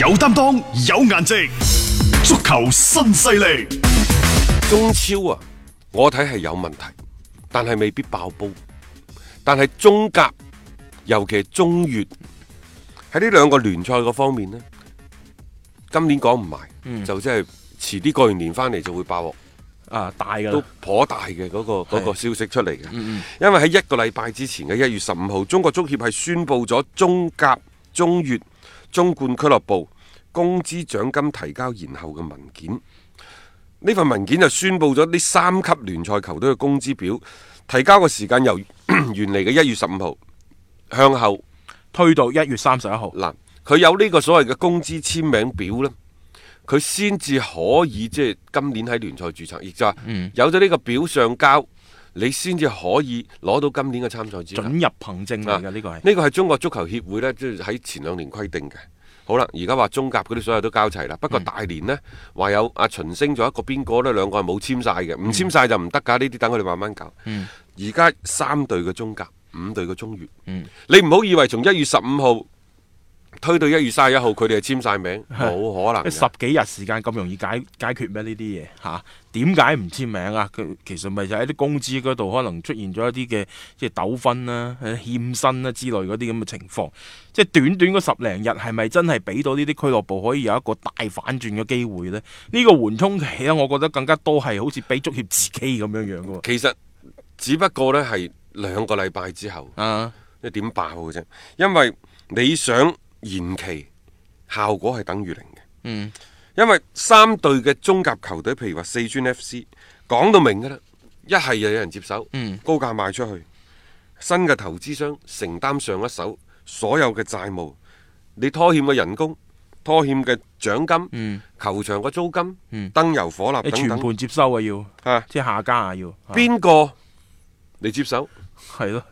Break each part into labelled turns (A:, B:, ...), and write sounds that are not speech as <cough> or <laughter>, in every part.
A: 有擔當，有顏值，足球新勢力。
B: 中超啊，我睇係有問題，但係未必爆煲。但係中甲，尤其係中乙，喺呢兩個聯賽嗰方面呢，今年講唔埋，
C: 嗯
B: 就即係遲啲過完年翻嚟就會爆鑊。
C: 啊大噶
B: 都
C: 啦，
B: 頗大嘅嗰、個嗰個消息出嚟嘅，
C: 嗯
B: 因為喺一個禮拜之前嘅一月十五號，中國足協係宣布咗中甲、中乙、中冠俱樂部工資獎金提交延後嘅文件。呢份文件就宣布咗呢三級聯賽球隊嘅工資表提交嘅時間由 <clears throat> 原嚟嘅一月十五號向後
C: 推到一月三十一號。
B: 嗱，佢有呢個所謂嘅工資簽名表呢，佢先至可以即係今年喺聯賽註冊，亦就係有咗呢個表上交，你先至可以攞到今年嘅參賽資格。
C: 准入憑證嚟嘅呢個係
B: 啊呢個係中國足球協會呢，即係喺前兩年規定嘅。好啦，而家話中甲嗰啲所有都交齊啦，不
C: 嗯
B: 過大連呢，話有阿秦升仲有一個邊個呢？兩個係冇簽晒嘅，唔
C: 嗯
B: 簽晒就唔得㗎，呢啲等佢哋慢慢搞。而家、三隊嘅中甲，五隊嘅中乙，
C: 嗯
B: 你唔好以為從一月十五號推到一月三十一號，佢哋係簽晒名，冇可能嘅。
C: 即係十幾日時間咁容易解解決咩呢啲嘢嚇？點解唔簽名啊？佢其實咪就喺啲工資嗰度可能出現咗一啲嘅即係糾紛啦、誒欠薪啦之類嗰啲咁嘅情況。即係短短嗰十零日係咪真係俾到呢啲俱樂部可以有一個大反轉嘅機會呢？呢、個緩衝期咧，我覺得更加多係好似俾足協自己咁樣樣嘅喎。
B: 其實只不過呢係兩個禮拜之後。
C: 啊，
B: 即係點爆嘅啫？因為你想延期，效果係等於零嘅。
C: 嗯，
B: 因為三隊嘅中甲球隊，譬如話四川 F.C. 講到明㗎啦，一係就有人接手，
C: 嗯
B: 高價賣出去，新嘅投資商承擔上一手所有嘅債務，你拖欠嘅人工、拖欠嘅獎金、
C: 嗯
B: 球場嘅租金、
C: 嗯
B: 燈油火蠟
C: 你
B: 等
C: 全
B: 等，
C: 盤接收啊要，
B: 啊，
C: 即係下家啊要。啊
B: 邊個嚟接手？
C: 係咯，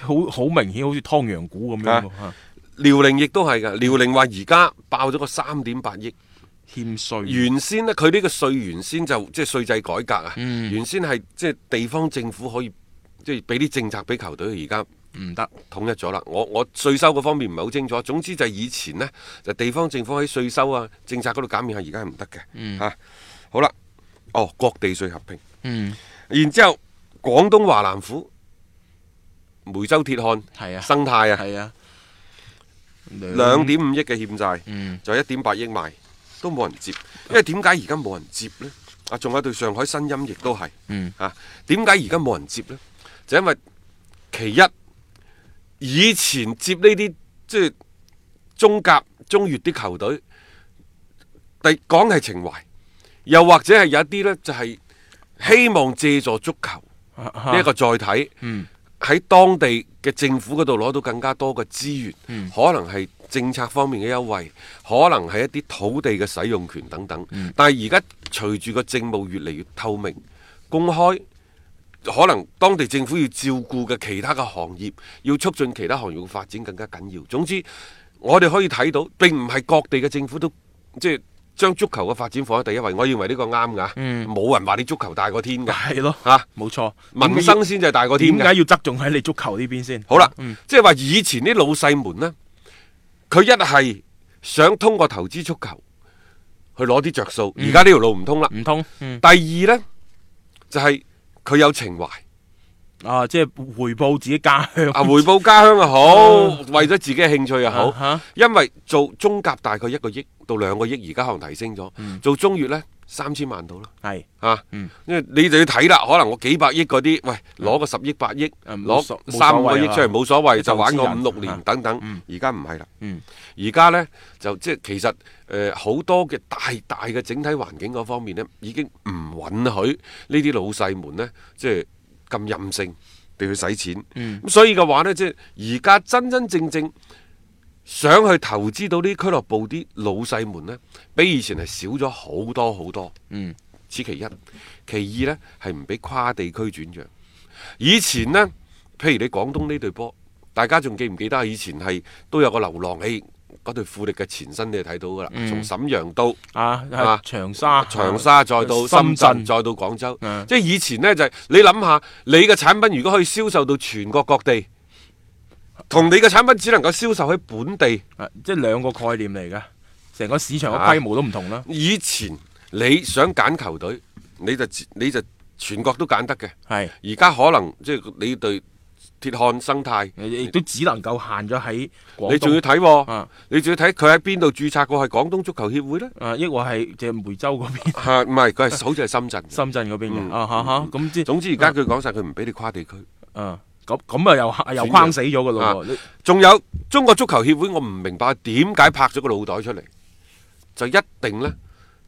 C: 好好明顯，好似湯陽股咁樣喎啊
B: 遼寧亦都係㗎，遼寧話而家爆咗個三點八億。
C: 欠税。
B: 原先呢，佢呢個税原先就即係税制改革啊，原先係即係地方政府可以即係俾啲政策俾球隊，而家
C: 唔得，
B: 統一咗啦。我我税收嗰方面唔係好清楚，總之就係以前呢，就地方政府喺税收啊政策嗰度減免係而家係唔得嘅。嚇好啦，哦，各地税合併，
C: 嗯，
B: 然之後廣東華南虎、梅州鐵漢、
C: 係啊，
B: 生態啊，
C: 係啊，啊
B: 兩點五億嘅欠債。
C: 嗯，
B: 就一點八億賣，都冇人接，因為點解而家冇人接呢？啊，仲有對上海新音亦都係，
C: 嗯
B: 啊，點解而家冇人接呢？就因為其一，以前接呢啲即係中甲、中乙啲球隊，第講係情懷，又或者係有一啲呢，就係、希望借助足球
C: 啊
B: 呢一個載體，
C: 嗯
B: 喺當地嘅政府嗰度攞到更加多嘅資源，可能係政策方面嘅優惠，可能係一啲土地嘅使用權等等。但係而家隨住個政務越嚟越透明、公開，可能當地政府要照顧嘅其他嘅行業，要促進其他行業嘅發展更加緊要。總之，我哋可以睇到並唔係各地嘅政府都即係將足球嘅發展放喺第一位。我認為呢個啱㗎，冇、人話你足球大過天㗎
C: 係咯，
B: 嚇。
C: 冇錯，
B: 民生先至係大過天
C: 點
B: 嘅
C: 解。嗯要側重喺你足球呢邊先？
B: 好啦，即係話以前啲老細們呢，佢一係想通過投資足球去攞啲着數，而家呢條路唔通啦。
C: 唔通，嗯
B: 第二呢，就係、佢有情
C: <laughs>
B: 懷，
C: 啊，即係回報自己家鄉
B: 啊回報家鄉又好，為咗自己嘅興趣又好，
C: 啊
B: 因為做中甲大概一個億到兩個億，而家可能提升咗，
C: 嗯
B: 做中乙呢，三千萬到啦。
C: 吓係
B: 啊，
C: 嗯
B: 因為你就要睇啦，可能我幾百億嗰啲，喂，攞個十億八億，
C: 嗯冇所
B: 攞三五個億
C: 冇所謂啊
B: 出嚟冇所謂，就玩個
C: 投資
B: 五
C: 人啊
B: 六年等等。而家唔係啦
C: 嗯，
B: 而家呢，就即係其實誒好多嘅大大嘅整體環境嗰方面呢，已經唔允許呢啲老細們呢，即係咁任性地去使錢。
C: 嗯
B: 咁所以嘅話呢，即係而家真真正正。想去投資到呢啲俱樂部啲老細們呢，比以前係少咗好多好多。
C: 嗯，
B: 此其一。其二呢，係唔俾跨地區轉讓。以前呢，譬如你廣東呢隊波，大家仲記唔記得啊？以前係都有個流浪，誒嗰隊富力嘅前身你就睇到㗎啦，從沈陽到
C: 啊，
B: 嗯啊
C: 係長沙，
B: 長沙，再到深
C: 深
B: 圳，啊
C: 圳
B: 再到廣州。
C: 嗯
B: 即係以前呢，就係、你諗下，你嘅產品如果可以銷售到全國各地，同你嘅產品只能夠銷售喺本地。
C: 啊即係兩個概念嚟嘅。成個市場嘅
B: 啊
C: 規模都唔同啦。
B: 以前你想揀球隊，你就你就全國都揀得嘅。
C: 係
B: 而家可能即係你對鐵漢生態，
C: 亦都只能夠限咗喺廣
B: 你仲要
C: 東
B: 睇喎、
C: 啊
B: 你仲要睇佢喺邊度註冊過係廣東足球協會呢？
C: 啊，抑或係即係梅州嗰邊、 <laughs>
B: 嚇唔係佢係好似係深圳嘅。
C: 深圳嗰邊
B: 嗯
C: 嘅啊哈哈，咁即
B: 總之而家佢講晒，佢唔俾你跨地區。
C: 啊咁咁啊又又框死咗噶
B: 啊
C: 咯喎，
B: 仲有中國足球協會，我唔明白點解拍咗個腦袋出嚟，就一定呢，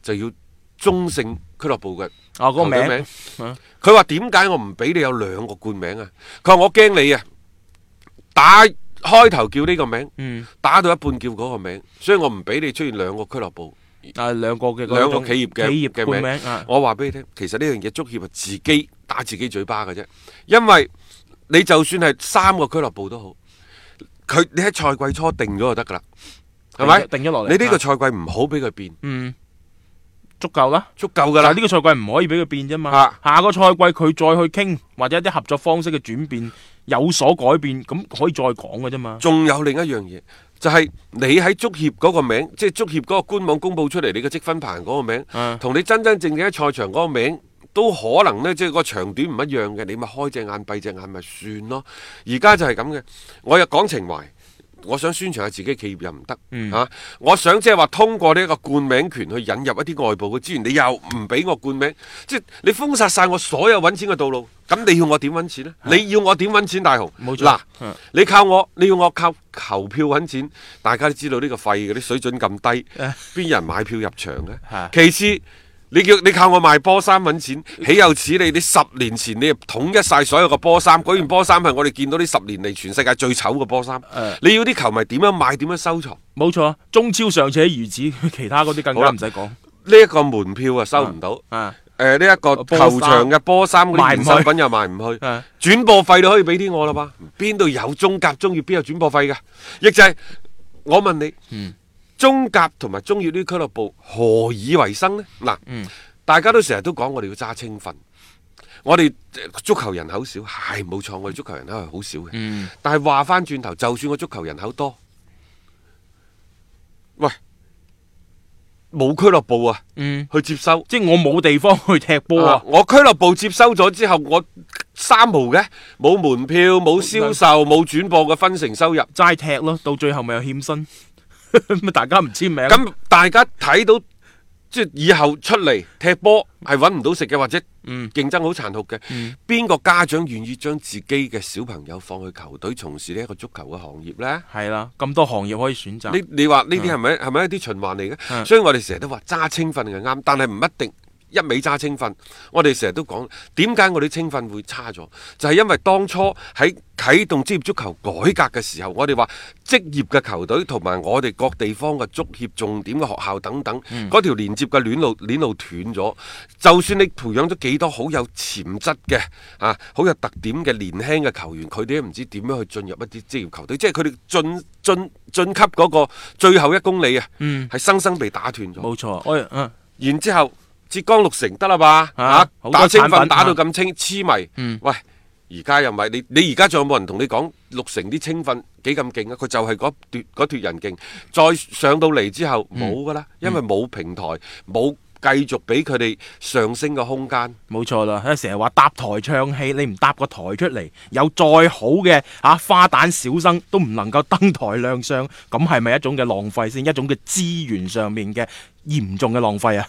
B: 就要中性俱樂部嘅
C: 啊個
B: 球隊
C: 名啊
B: 佢話點解我唔俾你有兩個冠名啊？佢話我驚你啊，打開頭叫呢個名，
C: 嗯
B: 打到一半叫嗰個名，所以我唔俾你出現兩個俱樂部。
C: 啊兩個嘅嗰
B: 兩個
C: 種
B: 企業嘅
C: 企業
B: 嘅
C: 冠
B: 名
C: 名啊，
B: 我話俾你聽，其實呢樣嘢足協係自己打自己嘴巴嘅啫，因為你就算係三個俱樂部都好，佢你喺賽季初定咗就得噶啦，係咪？
C: 定咗落嚟
B: 你呢個
C: 啊
B: 賽季唔好俾佢變，
C: 嗯足夠啦。
B: 足夠噶
C: 但
B: 啦
C: 係。呢個賽季唔可以俾佢變啫嘛。
B: 啊
C: 下個賽季佢再去傾，或者一啲合作方式嘅轉變有所改變，咁可以再講嘅啫嘛。
B: 仲有另一樣嘢，就係、你喺足協嗰個名，即係足協嗰個官網公佈出嚟你嘅積分棒嗰個名，
C: 啊
B: 同、你真真正正喺賽場嗰個名。都可能呢，即係個長短唔一樣嘅，你咪開隻眼閉隻眼咪算咯。而家就係咁嘅，我又講情懷，我想宣傳下自己企業又唔得
C: 嗯
B: 嚇，我想即係話通過呢一個冠名權去引入一啲外部嘅資源，你又唔俾我冠名，即係你封殺晒我所有揾錢嘅道路，咁你要我點揾錢呢？你要我點揾錢，大雄？
C: 冇錯
B: 嗱。
C: 嗯
B: 你靠我，你要我靠球票揾錢，大家都知道呢個費嗰啲水準咁低
C: 誒，
B: 邊有人買票入場嘅？其
C: 係
B: 次，你叫你靠我賣波衫揾錢，豈有此理！你十年前你就統一晒所有嘅波衫，嗰件波衫係我哋見到呢十年嚟全世界最醜嘅波衫。
C: 誒
B: 你要啲球迷點樣買，點樣收藏？
C: 冇錯，中超尚且如此，其他嗰啲更
B: 好啦
C: 加唔使講
B: 呢、一個門票啊收唔到，
C: 啊。
B: 呃誒呢一個
C: 波衫
B: 球場嘅波衫嗰啲衍
C: 賣唔去
B: 生品又賣唔去。
C: <laughs> 啊
B: 轉播費你可以俾啲我啦嘛？邊度有中甲、中乙邊有轉播費㗎？亦就係、我問你，
C: 嗯
B: 中甲同埋中乙呢啲俱樂部何以為生呢？嗱，
C: 嗯
B: 大家都成日都講我哋要揸青訓，我哋呃足球人口少係冇錯，我哋足球人口係好少嘅。
C: 嗯
B: 但係話翻轉頭，就算我足球人口多，喂，冇俱樂部啊，
C: 嗯，
B: 去接收。
C: 即係我冇地方去踢波
B: 啊
C: 啊！
B: 我俱樂部接收咗之後，我三無嘅，冇門票、冇銷售、冇轉播嘅分成收入。
C: 齋踢咯，到最後咪又欠薪， <laughs> 咁啊大家唔簽名。
B: 咁大家睇到即係以後出嚟踢波係揾唔到食嘅，或者
C: 嗯
B: 競爭好殘酷嘅。邊個家長願意將自己嘅小朋友放去球隊從事呢一個足球嘅行業呢？
C: 係啦，咁多行業可以選擇。啊
B: 你你話呢啲係咪係咪一啲循環嚟嘅？
C: 嗯
B: 所以我哋成日都話揸青訓係啱，但係唔一定一味揸青訓。我哋成日都講點解我哋青訓會差咗，就係、因為當初喺啟動職業足球改革嘅時候，我哋話職業嘅球隊同埋我哋各地方嘅足協重點嘅學校等等，嗰、條連接嘅鏈路鏈路斷咗。就算你培養咗幾多好有潛質嘅啊，好有特點嘅年輕嘅球員，佢哋都唔知點樣去進入一啲職業球隊，即係佢哋進進進級嗰個最後一公里啊，係、
C: 嗯
B: 生生被打斷咗。
C: 冇錯，我嗯
B: 然之後，浙江六成得啦吧？
C: 啊
B: 啊
C: 好多
B: 打青
C: 產
B: 訓
C: 品
B: 打到咁清痴迷，
C: 嗯
B: 喂！而家又咪你你而家仲有冇人同你講六成啲青訓幾咁勁啊？佢就係嗰奪嗰奪人勁，再上到嚟之後冇噶啦，
C: 嗯
B: 因為冇平台，冇繼續俾佢哋上升嘅空間。
C: 冇錯啦，成日話搭台唱戲，你唔搭個台出嚟，有再好嘅啊花旦小生都唔能夠登台亮相，咁係咪一種嘅浪費先？一種嘅資源上面嘅嚴重嘅浪費啊！